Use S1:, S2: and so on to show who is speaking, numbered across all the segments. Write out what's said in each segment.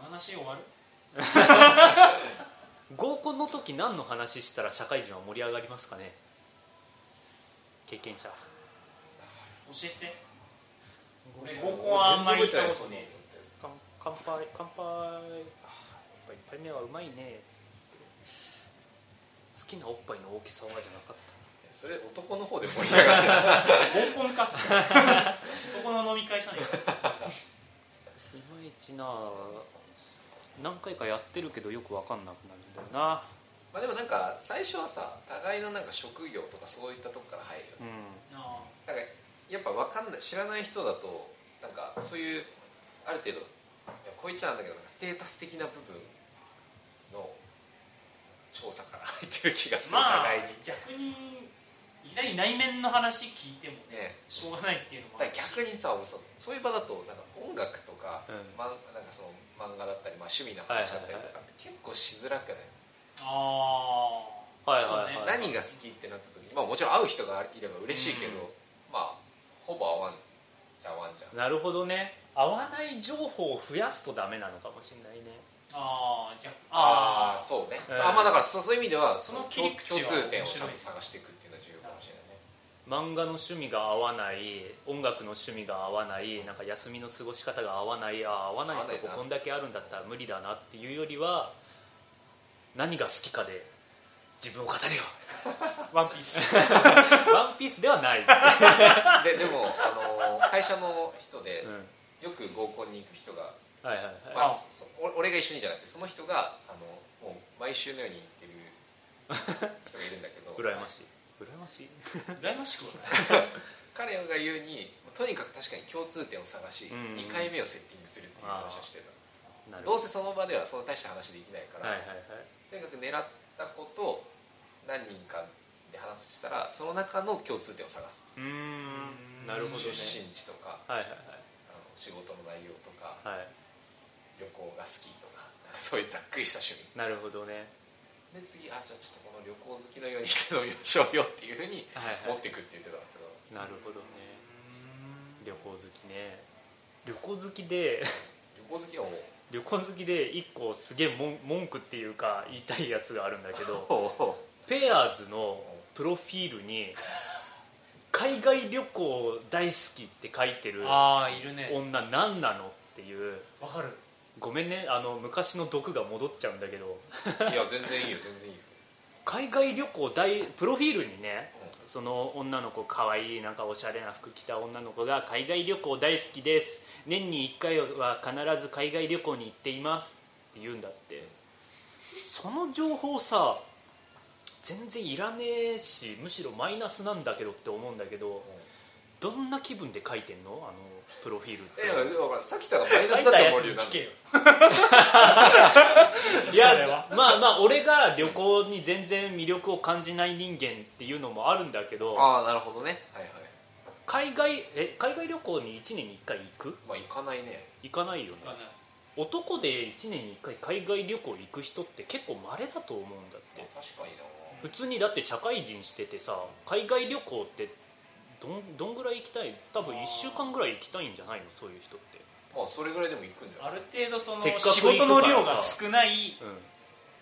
S1: 話終わる
S2: 合コンの時何の話したら社会人は盛り上がりますかね経験者
S1: 教えて俺合コンはあんまり行ったことね
S2: 乾乾杯乾杯あーやっぱ一杯目はうまいねつって好きなおっぱいの大きさはじゃなかっ
S3: それ男の方で盛り上がる
S1: え合コンかそれ そこの飲み会じゃねえか
S2: たいまいちな何回かやってるけどよく分かんなくなるんだよな
S3: まあでもなんか最初はさ互いのなんか職業とかそういったとこから入るよね
S2: う
S1: あ
S3: なんかやっぱわかんない知らない人だとなんかそういうある程度いやこう言っちゃなんだけどなんかステータス的な部分の調査から入ってる気がす
S1: ー
S3: る、
S1: まあ
S3: 互いに、
S1: 逆にいきなり内面の話聞いてもね
S3: ね、
S1: しょうがないっていうのもあ
S3: だ
S1: る
S3: から逆にさ俺さそういう場だとなんか音楽とか,、
S2: うん
S3: まん、なんかその漫画だったり、まあ、趣味の話だったりとかって結構しづらくない
S1: ああ
S2: はいはいはい
S3: 何が好きってなった時に、まあ、もちろん会う人がいれば嬉しいけど、まあほぼ合わんじゃ合わんじゃん
S2: んなるほどね合わない情報を増やすとダメなのかもしれないね
S1: ああじゃ
S3: あ
S1: あ
S3: あそうね、
S2: うん
S3: あまあだからそうそういう意味では
S1: その
S3: と
S1: 切り口は
S3: 共通点を
S1: 面
S3: ち
S1: 白い
S3: ゃんと探していくっていうのは重要かもしれないね
S2: 漫画の趣味が合わない音楽の趣味が合わないなんか休みの過ごし方が合わないあー合わないとここんだけあるんだったら無理だなっていうよりは何が好きかで自分を語 れよ
S1: ワンピース
S2: ワンピースでは な い、
S3: ででも、あのー会社の人で
S2: うん、
S3: よく合コンに行く人が、
S2: はいはいはい
S3: まあ
S1: あ
S3: そお俺が一緒にじゃなくてその人が、あのもう毎週のように行ってる人がいるんだけ ど
S2: 羨ましい羨ましい
S1: 羨ましくはない
S3: 彼が言うにとにかく確かに共通点を探し、
S2: うんうん
S3: 2回目をセッティングするっていう話をしてた
S2: なる
S3: ど
S2: ほ
S3: うせその場ではそんな大した話できないか
S2: ど
S3: ら、
S2: はいはいはい
S3: とにかく狙ったことを何人かで話したらその中の共通点を探す
S2: うーんなるほどね
S3: 出身地とか
S2: はいはい
S3: あの仕事の内容とか
S2: はいはい
S3: 旅行が好きとかそういうざっくりした趣味
S2: なるほどね
S3: で次あじゃあちょっとこの旅行好きのようにして飲みましょうよっていうふうに
S2: はい
S3: 持
S2: はい
S3: っていくって言ってたんですけど
S2: なるほどね旅行好きね旅行好きで
S3: 旅行好きはもう
S2: 旅行好きで一個すげえ文文句っていうか言いたいやつがあるんだけ どペアーズのプロフィールに海外旅行大好きって書いてる
S1: ああいるね
S2: 女何なのっていう
S1: わかる
S2: ごめんねあの昔の毒が戻っちゃうんだけど
S3: いや全然いいよ全然 いいよ
S2: 海外旅行大プロフィールにね
S3: う
S2: その女の子可愛いなんかおしゃれな服着た女の子が海外旅行大好きです年に1回は必ず海外旅行に行っていますって言うんだってその情報さ全然いらねえしむしろマイナスなんだけどって思うんだけどどんな気分で書いてんのあのプロフィールって
S3: えだからさっきとがマイナ
S1: 書い
S3: ス
S1: た
S3: だと
S1: やつ
S3: 思う
S1: に
S3: よなん
S1: 聞けよ
S3: で
S2: いや
S1: それは
S2: まあまあ俺が旅行に全然魅力を感じない人間っていうのもあるんだけど
S3: ああなるほどねはいはい
S2: 海外え海外旅行に1年に1回行く
S3: まあ行かないね
S2: 行かないよね
S1: わかんない
S2: 男で1年に1回海外旅行行く人って結構稀だと思うんだって
S3: まあ確かにな
S2: 普通にだって社会人しててさ海外旅行ってどんどんぐらい行きたい多分1週間ぐらい行きたいんじゃないのそういう人って
S3: まあそれぐらいでも行くんじゃない
S1: ある程度その
S2: せっかく
S1: 仕
S2: いい
S1: 事
S2: とこ
S1: の
S2: からさ
S1: 量が少ない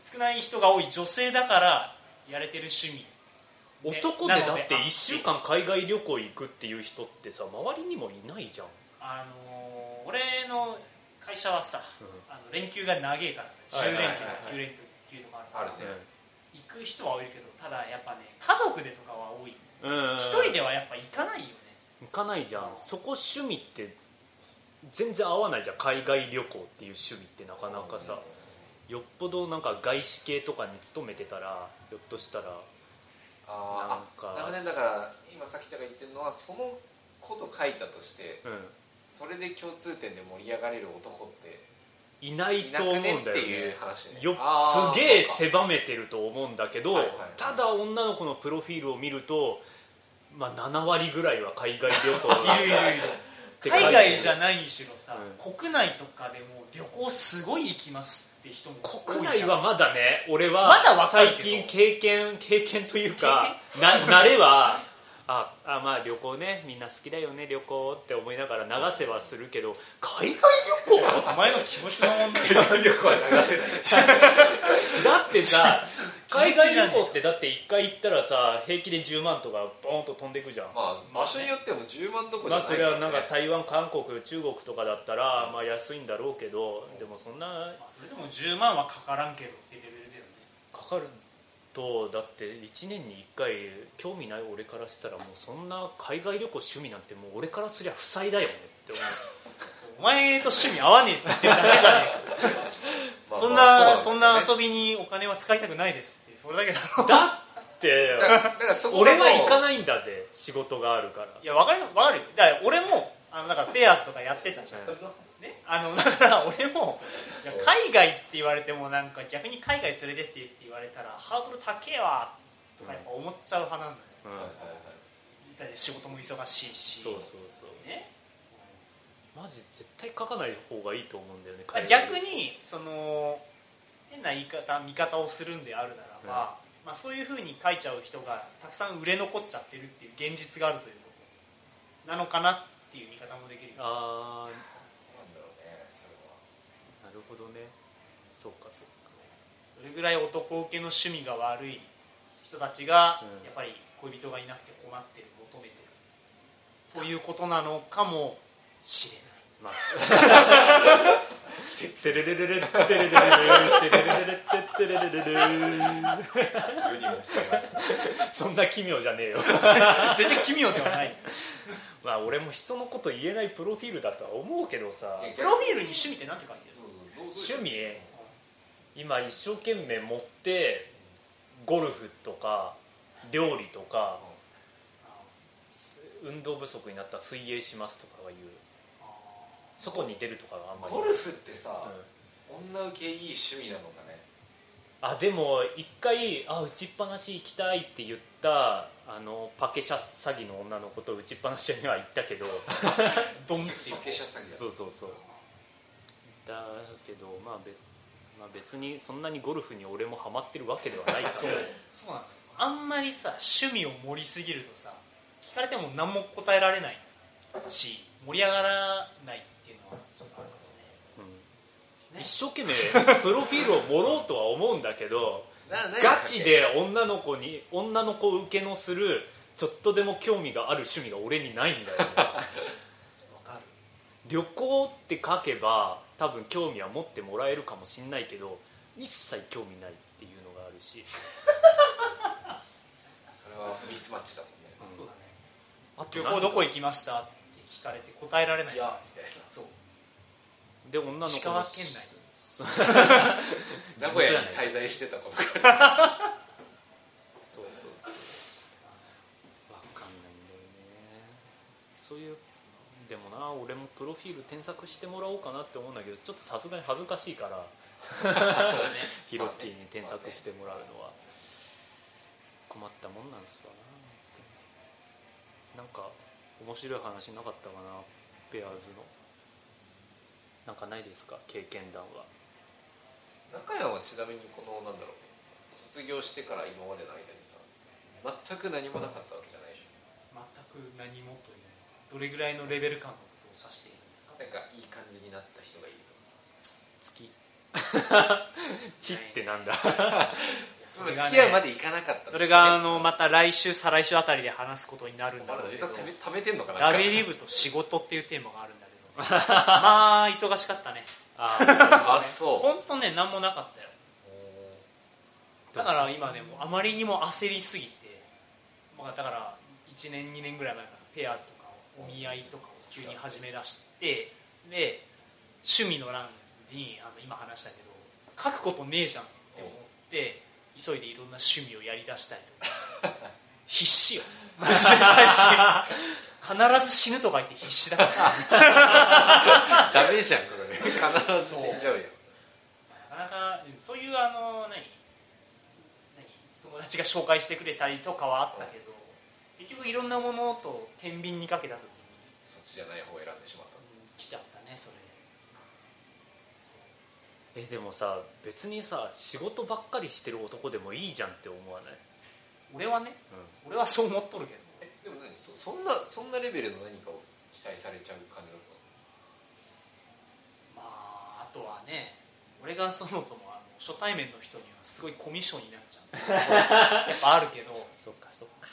S1: 少ない人が多い女性だからやれてる趣味
S2: うん、
S1: ね
S2: 男で
S1: な
S2: だ
S1: ので
S2: って1週間海外旅行行くっていう人ってさ周りにもいないじゃん
S1: あのー俺の会社はさ、
S2: うん
S1: あの連休が長いからさ
S3: はい
S1: 10
S3: はい
S1: 連
S3: はい
S1: 休とか9連休とかあ
S3: あ
S1: るから
S3: るね
S1: 行く人は多いけどただやっぱね家族でとかは多い
S2: うん
S1: 一人ではやっぱ行かないよね
S2: 行かないじゃんそこ趣味って全然合わないじゃん海外旅行っていう趣味ってなかなかさよっぽどなんか外資系とかに勤めてたらひょっとしたら
S3: あー
S2: なんか
S3: あ長年だから今さきたが言ってるのはそのこと書いたとして
S2: うん
S3: それで共通点で盛り上がれる男って
S2: いない
S3: いな
S2: と
S3: く
S2: 思うんだ
S3: ね
S2: よ
S3: ってい
S2: ね
S3: う話ね
S2: よ
S3: あー
S2: すげえ
S3: そうか
S2: 狭めてると思うんだけど、
S3: はいはい
S2: ただ女の子のプロフィールを見ると、まあ、7割ぐらいは海外旅行
S1: いるいるいる
S2: て書いて
S1: 海
S2: ある
S1: 外じゃないにしろさ、
S2: う
S1: 国内とかでも旅行すごい行きますって人も多い
S2: 国
S1: じゃん
S2: 内はまだね俺
S1: まだ
S2: は
S1: 若い
S2: 最
S1: けど
S2: 近経験経験というかな慣れはああまあ旅行ねみんな好きだよね旅行って思いながら流せはするけど海外旅行
S1: お前の気持ちの問題
S3: 海外旅行は流せない
S2: だって さ海
S1: 気持ち
S2: 外
S1: じゃねえ
S2: 旅行ってだって1回行ったらさ平気で10万とかボーンと飛んでくじゃん
S3: まあ場所によっても10万どこじ
S2: ま
S3: ゃ
S2: あ
S3: ない
S2: それはなんか台湾韓国中国とかだったらまあ安いんだろうけどでもそんな
S1: それでも10万はかからんけどってレベルだよね
S2: かかるとだって1年に1回興味ない俺からしたらもうそんな海外旅行趣味なんてもう俺からすりゃ負債だよねって思う
S1: お前と趣味合わねえって言ってるだけじゃねえ
S3: まあ
S1: かそん
S3: ま
S1: な
S3: あ
S1: そん
S3: だ
S1: な
S3: ね
S1: 遊びにお金は使いたくないですってそれだけだろ
S2: だって
S3: だからだからそこで
S2: 俺
S3: も
S2: は行かないんだぜ仕事があるから
S1: いやわかるわかるよだから俺もあのなんかペアーズとかやってたじゃんね、あのだから俺もいや海外って言われてもなんか逆に海外連れてってって言われたらハードル高えわとかやっぱ思っちゃう派なんだよ、
S2: うん
S3: はいはい
S1: だって仕事も忙しいし
S2: そうそうそう
S1: ね、
S2: マジ絶対書かない方がいいと思うんだよね
S1: まあ
S2: 海
S1: 逆
S2: 外
S1: にその変な言い方見方をするんであるならば、まあ、そういうふうに書いちゃう人がたくさん売れ残っちゃってるっていう現実があるということなのかなっていう見方もできるよ
S2: あ
S3: はいなんだろうねそれ
S2: あ
S3: は
S2: なるほどねそうかそう
S1: それぐらい男受けの趣味が悪い人たちが
S2: うん
S1: やっぱり恋人がいなくて困ってる求めてるということなのかもしれない
S2: かまあセレレレレッテレレレレテレレレレッテレレレレレ
S3: 世にも 聞かない
S2: そんな奇妙じゃねえよ
S1: 全然奇妙ではない
S2: まあ俺も人のこと言えないプロフィールだとは思うけどさ
S3: いや
S1: プロフィールに趣味って何て書いてる
S3: そうそうどうどう
S2: 趣味今一生懸命持ってゴルフとか料理とか運動不足になったら水泳しますとかが言う外に出るとかがあんまり
S3: ゴルフって
S2: う
S3: さ、
S2: ん
S3: 女受けいい趣味なのかね
S2: あでも一回あ打ちっぱなし行きたいって言ったあのパケシャ詐欺の女の子と打ちっぱなしには行った けど
S1: ドンっていう
S3: 芸者詐欺だ
S2: そうそうそうだけど、まあ、べまあ別にそんなにゴルフに俺もハマってるわけではないか ら
S1: そうなんですよあんまりさ趣味を盛りすぎるとさ聞かれても何も答えられないし盛り上がらないっていうのはちょっとあるか
S2: うん一生懸命プロフィールを盛ろうとは思うんだけど
S3: な何
S2: ガチで女の子に女の子受けのするちょっとでも興味がある趣味が俺にないん だよね
S1: もねわかる
S2: 旅行って書けば多分興味は持ってもらえるかもしんないけど一切興味ないっていうのがあるし
S3: それはミスマッチだもんね
S1: そうだね
S2: あと
S1: 旅
S2: なんか
S1: 行どこ行きましたって聞かれて答えられない
S3: いやみたい
S1: そう
S2: で女の子の
S1: 石川県内
S2: そう
S3: な名古屋に滞在してたことから
S2: そうそうわかんないんだよねそういうでもな俺もプロフィール添削してもらおうかなって思うんだけどちょっとさすがに恥ずかしいからヒロッピーに添削してもらうのは困ったもんなんすわななんか面白い話なかったかなペアーズのなんかないですか経験談は
S3: 中山はちなみにこのなんだろう卒業してから今までの間にさ全く何もなかったわけじゃないでしょ
S1: 全く何もというどれぐらいのレベル感のことを指しているんですか
S3: なんかいい感じになった人がいるとかさ
S2: 月チってなんだ
S3: その付き合うまでいかなかった
S1: それがあ
S3: ね
S1: のまた来週再来週あたりで話すことになるんだ
S3: ま
S1: ろう
S3: だネ
S1: け
S3: タ
S1: ど
S3: ためためてんのかな
S1: ラベリブと仕事っていうテーマがあるんだけど まあ忙しかったね
S2: あ
S3: あそう
S1: 本当ね何もなかったよだから今ねもうあまりにも焦りすぎて、まあ、だから1年2年ぐらい前からペアーズとかをお見合いとかを急に始め出してで趣味の欄にあの今話したけど書くことねえじゃんって思って急いでいろんな趣味をやりだしたりとか 必死よマジで最近必ず死ぬとか言って必死だから
S3: ダメじゃんこれね必ず死んじゃうよ
S1: なかなかうんそういうあの何何友達が紹介してくれたりとかはあったけど、結局いろんなものと天秤にかけた時に
S3: そっちじゃない方を選んでしまっ
S1: 来ちゃったねそれ
S2: えでもさ別にさ仕事ばっかりしてる男でもいいじゃんって思わない
S1: 俺はね、俺はそう思っとるけど
S3: たえでもそんなそんなレベルの何かを期待されちゃう感じだった
S1: ま
S3: の
S1: ああとはね俺がそもそもあの初対面の人にはすごいコミッションになっちゃうやっぱあるけど
S2: そっかそっか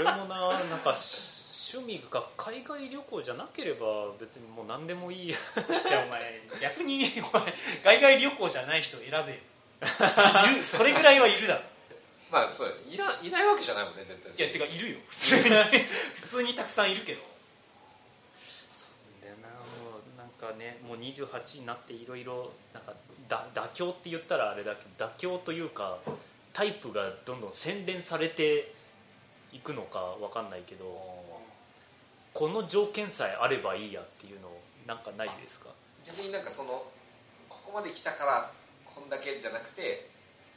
S2: 俺もななんかし趣味が海外旅行じゃなければ別にもう何でも いいや
S1: ちっちゃいお前逆にお前海外旅行じゃない人を選べよいるそれぐらいはいるだろ
S3: まあそうだよいらいないわけじゃないもんね絶対
S1: いやてかいるよ普通に普通にたくさんいるけど
S2: だよなもうなんかねもう28になっていろいろなんかだ妥協って言ったらあれだけど妥協というかタイプがどんどん洗練されていくのかわかんないけどこの条件さえあればいいやっていうのなんかないですか
S3: 逆になんかそのここまで来たからこんだけじゃなくて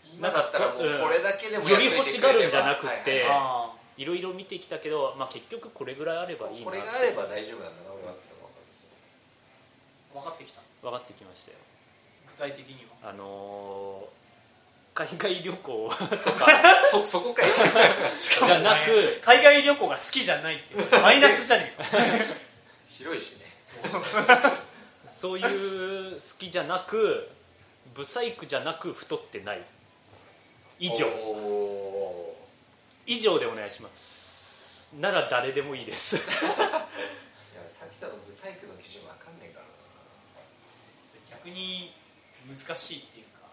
S3: 今だったらもう
S2: なんかこ
S3: これだけでも
S2: より欲しがるんじゃなく
S3: はいはい
S2: て
S3: はい
S1: ああ
S2: いろいろ見てきたけど、まあ、結局これぐらいあればいいな
S3: こ
S2: って
S3: れがあれば大丈夫なんだな俺はってのが分かる
S1: 分かってきた
S2: 分かってきましたよ
S1: 具体的には
S2: あのー海外旅 行
S3: そそこかよ
S1: しかも
S2: じゃなく
S1: お前海外旅行が好きじゃない ってマイナスじゃねえか
S3: 広いしね
S2: そういう好きじゃなく不細工じゃなく太ってない以上
S3: お
S2: 以上でお願いしますなら誰でもいいです
S3: ーいやさっきのブサイクの基準分かんねえからな
S1: 逆に難しいっていうか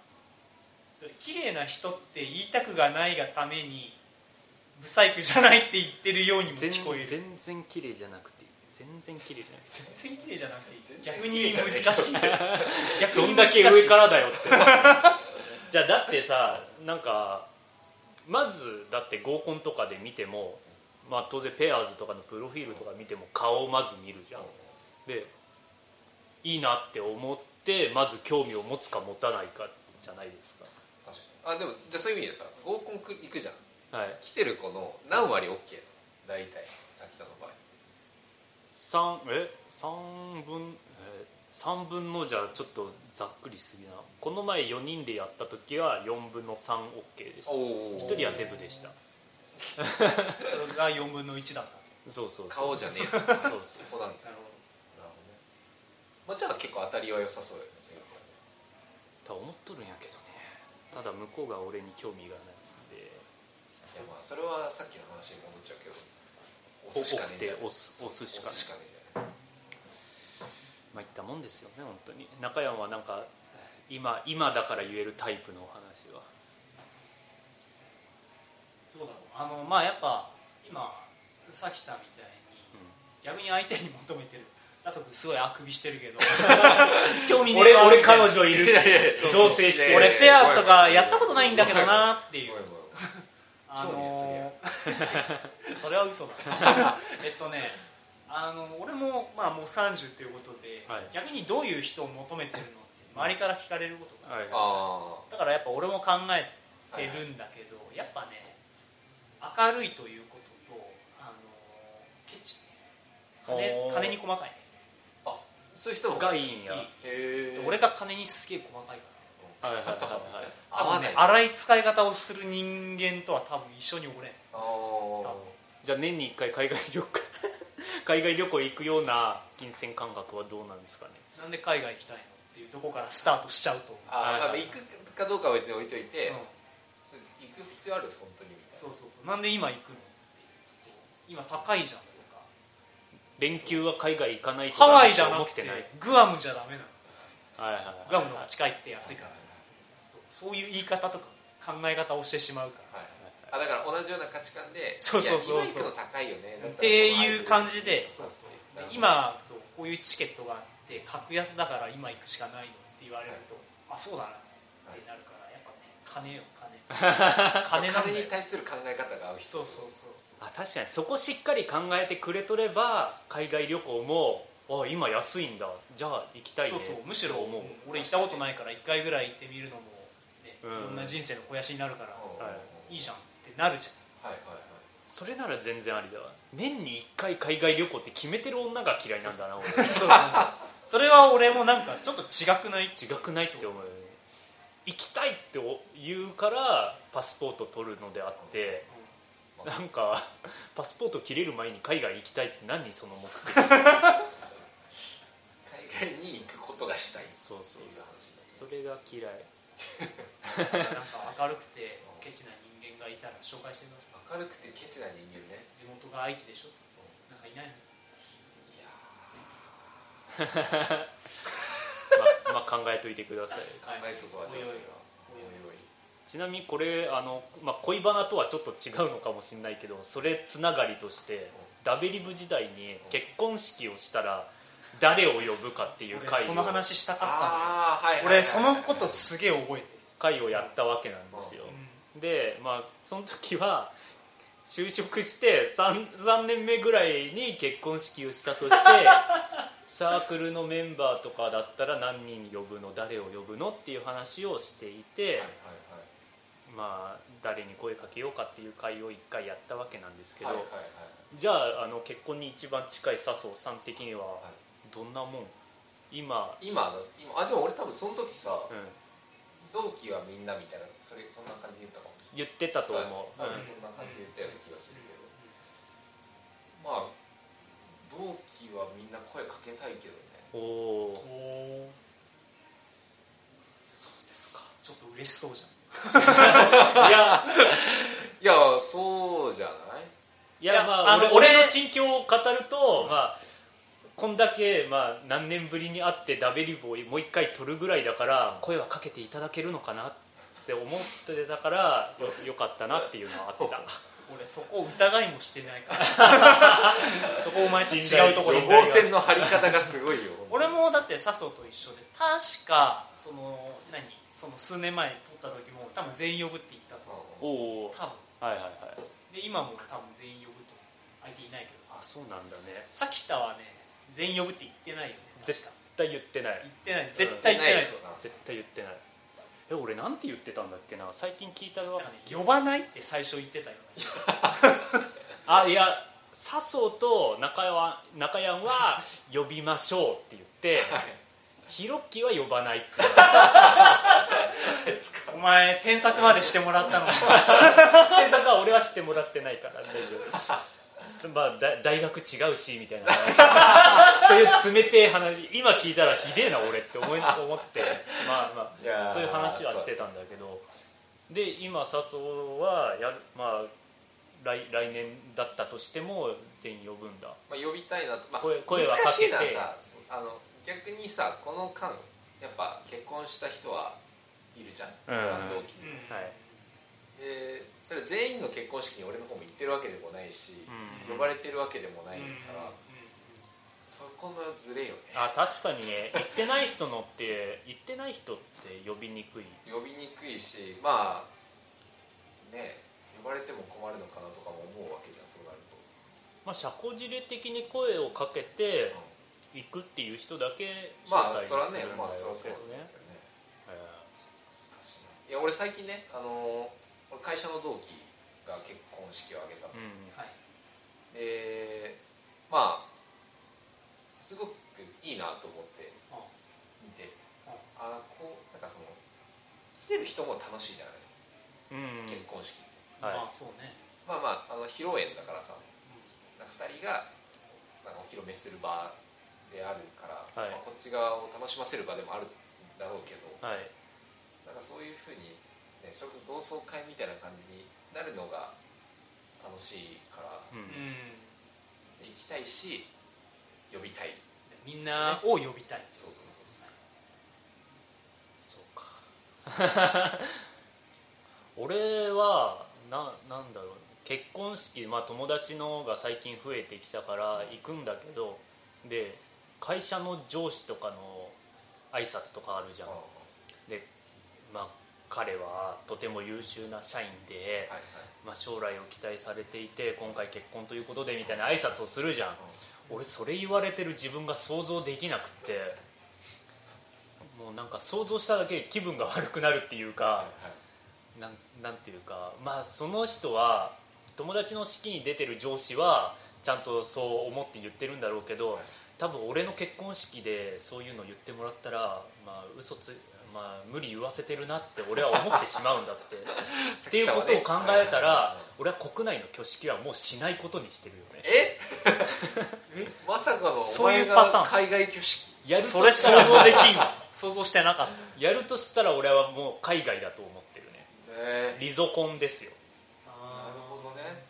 S1: それ綺麗な人って言いたくがないがためにブサイクじゃないって言ってるようにも
S2: 全
S1: 聞こえる
S2: 全然綺麗じゃなくていい全然綺麗じゃなくていい
S1: 全然綺麗じゃなくていい
S3: 全然
S1: 逆
S3: 綺麗
S1: に
S3: じゃ
S1: 難
S3: ない
S1: しい逆
S2: ど
S1: に
S2: ん
S1: 難
S2: だ
S1: しい
S2: け上からだよってじゃあだってさなんかまずだって合コンとかで見ても、まあ、当然ペアーズとかのプロフィールとか見ても顔をまず見るじゃんでいいなって思ってまず興味を持つか持たないかじゃないです
S3: 確かにあでもじゃあそういう意味でさ合コンく行くじゃん
S2: かはい
S3: 来てる子の何割 OK 大体さっきの場合
S2: 3え三分え3分のじゃちょっとざっくりすぎなこの前4人でやった時は4分の 3OK でした
S3: お
S2: 1人はデブでした
S1: それが4分の1だった
S2: そうそうそう
S3: 顔じゃねえ
S2: そうそう
S3: そこなんじ
S1: な
S3: ゃ
S1: る
S3: な
S1: ほど
S3: るほどねまあじゃあ結構当たりは良さそうだよねそういう
S2: と思っとるんやけどねただ向こうが俺に興味がないんで
S3: のいやまあそれはさっきの話に戻っちゃうけど
S2: 多
S3: 押すしか
S2: く
S3: ねえ
S2: て
S3: じゃん
S2: 押す押すしか
S3: 押
S2: ない
S3: すしかねえじゃん
S2: まあいったもんですよね本当に中山はなんか今今だから言えるタイプのお話は
S1: どうだろうあのまあやっぱ今さきたみたいに、
S2: うん
S1: 逆に相手に求めてる早速すごいあくびしてるけ ど興味ねえ
S2: 俺
S1: わ
S2: 俺
S1: みたい
S2: 彼
S1: な
S2: 女いるし
S1: そう
S2: 同棲して
S1: 俺
S2: る
S3: ね
S1: ペアーズとかやったことないんだけどなっていう
S3: ごめんごめん
S1: あ
S3: 興味ですね
S1: のーそれは嘘だ えっとねあの俺も、まあ、もう30ということで、
S2: はい
S1: 逆にどういう人を求めてるのって周りから聞かれることが、
S2: はい
S3: あ
S1: だからやっぱ俺も考えてるんだけど、やっぱね明るいということとあのーケチ金
S2: おー
S1: 金に細かいね
S3: ああそういう人も
S2: がいいんや
S1: いい
S2: はい
S3: へえ
S1: 俺が金にすげえ細かいから
S2: はいはいはい
S1: 多
S3: 合わ
S1: 分
S3: な
S1: ね
S3: いあ
S1: 荒い使い方をする人間とは多分一緒におれん
S3: あー
S2: じゃあ年に1回海外旅行 海外旅行行くような金銭感覚はどうなんですかね
S1: なんで海外行きたいのっていうとこからスタートしちゃうと思う、
S3: あーまあ
S2: はい
S3: 行くかどうかは別に置いといて
S1: うん
S3: それ行く必要ある本当にみたいな
S1: そうそうそうなんで今行くのっていうそう今高いじゃんとか
S2: 連休は海外行かないと
S1: ハ
S2: ダ
S1: ワ
S2: メ
S1: イじ
S2: と
S1: ゃ
S2: 思
S1: な
S2: っ
S1: く
S2: て
S1: て
S2: ない
S1: グアムじゃダメなの
S2: はいはいはい
S1: グアムの方が近いって安いからそうそういう言い方とか考え方をしてしまうから
S3: はいあだから同じような価値観で
S1: そうそうそうそう
S3: いや今行くの高いよねだ
S1: っ
S3: ったら
S1: ていう感じで
S3: そうそう
S1: で今そうこういうチケットがあって格安だから今行くしかないのって言われると、あそうだなってなるからやっぱね金よ金金なん
S3: 金
S1: だ
S3: に
S1: よ
S3: 対する考え方が合う人
S1: そうそうそうそう
S2: あ確かにそこしっかり考えてくれとれば海外旅行もあ今安いんだじゃあ行きたい
S1: そ
S2: ね
S1: うそうむしろ
S2: と思う
S1: 俺行ったことないから1回ぐらい行ってみるのも、ね
S2: うん
S1: いろんな人生の肥やしになるから、
S3: うん
S2: はい
S1: いいじゃんってなるじ
S3: はいはいはい
S2: それなら全然ありだわ年に1回海外旅行って決めてる女が嫌いなんだな俺
S1: ゃんそうそれは俺もなんかちょっと違くない
S2: 違くないって思うよね行きたいって言うからパスポート取るのであってなんかパスポート切れる前に海外行きたいって何その目的
S3: 海外に行くことがしたいって
S2: そうそう
S3: いう話
S2: そ
S3: だ
S2: うそれが嫌い
S1: なんか明るくてケチな人間がいたら紹介してください
S3: 明るくてケチな人間ね
S1: 地元が愛知でしょなんかいないの
S3: いや
S2: ままあ考えといてください
S3: ー考えとこは上手だ
S1: おいおい
S3: なおいおい
S2: ちなみにこれあの、まあ、恋バナとはちょっと違うのかもしれないけどそれつながりとしてダベリブ時代に結婚式をしたら誰を呼ぶかっていう
S1: 俺
S2: 回
S1: その
S2: を
S1: 話したかっ
S3: ああは
S1: た
S3: い
S1: の
S3: はいはい
S1: 俺そのことすげえ覚えて
S2: 回をやったわけなんですよ
S1: る、
S2: でまあその時は就職して 3, 3年目ぐらいに結婚式をしたとして サークルのメンバーとかだったら何人呼ぶの誰を呼ぶのっていう話をしていて、
S3: はいはい
S2: まあ誰に声かけようかっていう会を1回やったわけなんですけど、
S3: はいはいはい
S2: じゃああの結婚に一番近い笹生さん的にはどんなもん今、
S3: 今の今あでも俺多分その時さ
S2: うん、
S3: 同期はみんなみたいなそれそんな感じで言ったかもし
S2: 言ってたと
S3: れない
S2: 思う、
S3: そううんそんな感じで言ったような気がするけどまあ同期はみんな声かけたいけどね
S2: お
S1: うん
S2: お
S1: おー
S2: そうです
S1: ちょっと嬉しそうじ
S2: かいや
S3: いやそうじゃない
S2: いや
S1: いや
S2: まあ
S1: あの俺
S2: 俺俺の心境を語ると、まあ、こんだけ、まあ、何年ぶりに会ってダベリブをもう一回取るぐらいだから声はかけていただけるのかなって思ってたからよよかったなっていうのはあった
S1: ゃん俺そこ疑いもしてないから そこお前と違うところに
S2: 信頼信頼
S3: 防線の張り方がすごいよ
S1: 俺もだって笹生と一緒で確かその何その数年前に撮った時も多分全員呼ぶって言ったと思う
S3: う
S2: お
S3: ん
S2: お
S1: 多分
S2: はいはいはい
S1: で今も多分全員呼ぶと思う相手いないけど
S2: あ
S1: さ
S2: そうなんだね
S1: さきたはね全員呼ぶって言ってないよね
S2: 絶
S1: 確か
S2: 対言ってない
S1: 言ってない絶対言ってないと思う
S2: 絶対言ってないえ俺なんて言ってたんだっけな最近聞いた
S1: だ
S2: わ
S1: からね呼ばないって最初言ってたよね
S2: あいや笹生と中山中山 は呼びましょうって言ってヒロッキは呼ばないって
S1: お前添削までしてもらった の
S2: 天作は俺は知ってもらってないから大 丈夫まあだ大学違うしみたいな話そういう冷てえ話 今聞いたらひでえな俺って思い思ってまあま
S3: いや
S2: あ
S3: ー
S2: そういう話はしてたんだけどで今笹生はやるまあ来来年だったとしても全員呼ぶんだ
S3: まあ、呼びたいなと、まあ、
S2: 声声はかけて
S3: 難しいなさあの逆にさこの間やっぱ結婚した人はいるじゃん、
S2: うん
S3: 同期
S1: うん
S2: はい
S3: でそれ全員の結婚式に俺の方も行ってるわけでもないし、
S2: うん
S3: 呼ばれてるわけでもない
S1: うん
S3: から、そこのズレよね
S2: あ確かにね行ってない人のって行ってない人って呼びにくい
S3: 呼びにくいしまあね呼ばれても困るのかなとかも思うわけじゃんそうなると、
S2: まあ社交辞令的に声をかけて行くっていう人だけ
S3: まあ
S2: 招
S3: そら
S2: 待す
S3: ね
S2: るんだ
S3: まあ
S2: よ
S3: そらそう
S2: け
S3: なん
S2: ど
S3: だけどね
S2: ね
S3: 難しいないや俺最近ねあの俺会社の同期が結婚式を挙げたの
S2: うん
S1: はい
S3: でまあすごくいいなと思って
S1: うん
S3: 見て
S1: うん
S3: あこうなんかその来てる人も楽しいじゃない、
S2: うん
S3: 結婚式って
S2: はい
S1: まあそうね
S3: まあまああの披露宴だからさなんか2人がなんかお披露目する場であるから、
S2: はい
S3: まあ、こっち側を楽しませる場でもあるんだろうけど
S2: はい
S3: なんかそういうふうに、ね、それこそ同窓会みたいな感じになるのが楽しいから
S2: う
S1: うん
S2: ん
S3: 行きたいし呼びたい
S1: みんなを呼びたい
S3: そうそうそうそう
S2: そうか俺はななんだろう結婚式まあ友達のが最近増えてきたから行くんだけどで会社の上司とかの挨拶とかあるじゃん
S3: あ
S2: でまあ彼はとても優秀な社員で、
S3: あはい
S2: まあ、将来を期待されていて今回結婚ということでみたいな挨拶をするじゃん
S3: はい
S2: 俺それ言われてる自分が想像できなくってもうなんか想像しただけで気分が悪くなるっていうかなんなんていうかまあその人は友達の式に出てる上司はちゃんとそう思って言ってるんだろうけど多分俺の結婚式でそういうの言ってもらったらまあ嘘つ、まあ無理言わせてるなって俺は思ってしまうんだって っていうことを考えたら俺は国内の挙式はもうしないことにしてるよね
S3: えまさかのお
S1: そうい
S3: 前
S1: うパターン
S3: が海外挙式
S2: やると
S1: それ
S2: し
S1: 想
S2: たら
S1: 像できんわ想像してなかっ
S2: やるとしたら俺はもう海外だと思ってるね
S3: ね
S2: リゾコンですよ
S3: なる
S1: た
S3: ほどね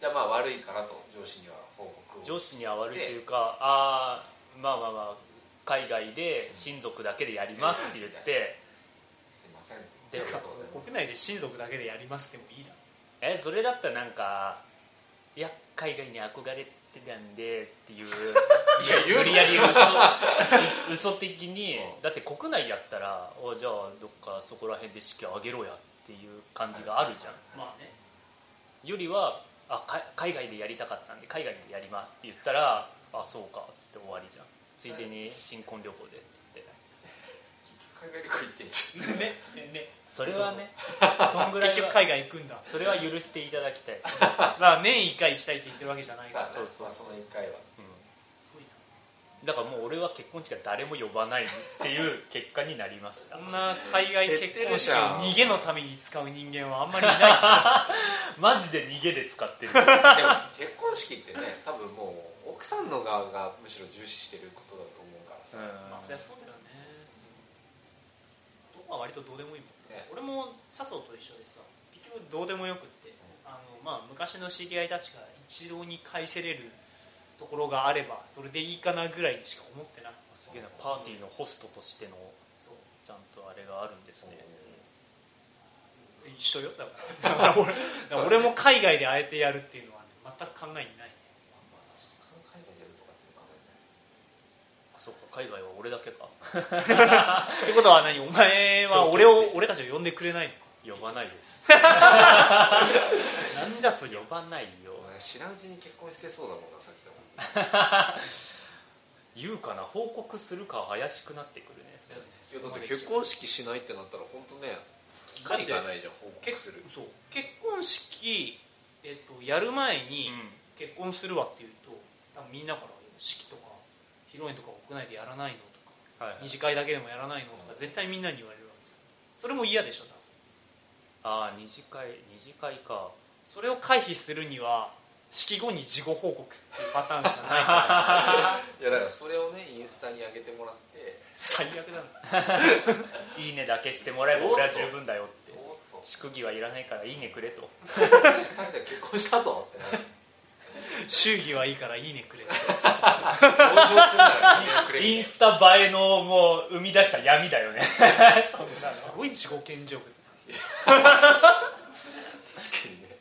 S3: じゃあまあ悪いからと上司には報告を
S2: 上司には悪いというかああまあまあまあ海外で親族だけでやりますって言って
S3: すいません
S2: で
S3: ありがとうございます
S1: 国内で親族だけでやりますでもいいだろ
S2: えそれだったらなんかいや海外に憧れてたんでっていう
S3: いや
S2: 無理やり嘘嘘的に
S3: うん
S2: だって国内やったらおじゃあどっかそこら辺で式挙げろやっていう感じがあるじゃん
S1: まあね
S2: よりはあか海外でやりたかったんで海外でやりますって言ったらあそうかっつって終わりじゃんついでに新婚旅行ですっつって
S3: 海外旅行行ってん じ
S1: ねねね
S2: それはねそんぐらいは
S1: 結局海外行くんだ
S2: それは許していただきたいですね、
S1: だから年1回行きたいって言ってるわけじゃないか
S3: ゃん
S1: ら
S3: さ
S2: そ
S3: あ
S2: うそう
S3: まあその1回は
S2: う
S1: すごいなん
S2: だからもう俺は結婚式は誰も呼ばないっていう結果になりました
S1: こんな海外結婚式を逃げのために使う人間はあんまりいない
S2: マジで逃げで使ってる
S3: でも結婚式ってね多分もう奥さんの側がむしろ重視してることだと思うからさ、
S1: まあそりゃそうだよね男は割とどうでもいいもん、
S3: ね
S1: 俺も笹生と一緒でさ結局どうでもよくって、あのまあ、昔の知り合いたちが一堂に会せれるところがあればそれでいいかなぐらいにしか思ってなくて
S2: すげえなパーティーのホストとしての
S1: そう
S2: ちゃんとあれがあるんですね
S1: 一緒よだからだから俺だから俺も海外であえてやるっていうのは、ね、全く考えにないね
S3: 海外でやるとかするからね
S2: あそっか海外は俺だけか
S1: ってことは何お前は俺を俺たちを呼んでくれないのか
S2: 呼ばないです
S1: なんじゃそ
S2: 呼
S1: りゃ
S2: ばないよ
S3: お前知らんうちに結婚してそうだもんなさっきの
S2: 言うかな報告するかは怪しくなってくるね
S3: いやだって結婚式しないってなったら本当ね機会がないじゃん報告する
S1: そう結婚式、えっと、やる前に、
S2: うん
S1: 結婚するわって言うと多分みんなから「式とか披露宴とか屋内でやらないの?」とか
S2: はい
S1: 「二次会だけでもやらないの?」とか絶対みんなに言われるわけそれも嫌でしょ多分
S2: ああ二次会二次会か
S1: それを回避するには式後に事後報告っていうパターン しかないから
S3: いやだからそれをねインスタに上げてもらって
S1: 最悪なんだ
S2: いいねだけしてもらえば俺は十分だよって
S3: おっと
S2: 祝儀はいらないからいいねくれと
S3: さっき結婚したぞってなって
S1: 祝儀はいいからいいねくれ
S3: 同情するなら君はくれ
S2: イン
S3: ス
S2: スタ映えのもう生み出した闇だよね そんな
S1: すごい自己顕示欲
S3: タ確かにね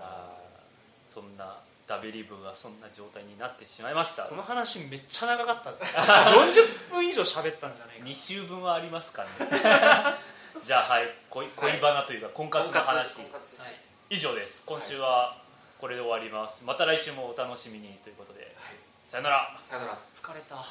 S2: あーそんなダベリブがそんな状態になってしまいました
S1: この話めっちゃ長かったぜ 40分以上喋ったんじゃないか
S2: 2週分はありますかね じゃあはい恋恋バナというか婚活の話
S3: 婚活です
S1: はい
S2: 以上です今週はこれで終わりますまた来週もお楽しみにということで
S3: はい
S2: さよなら
S3: さよなら
S1: 疲れた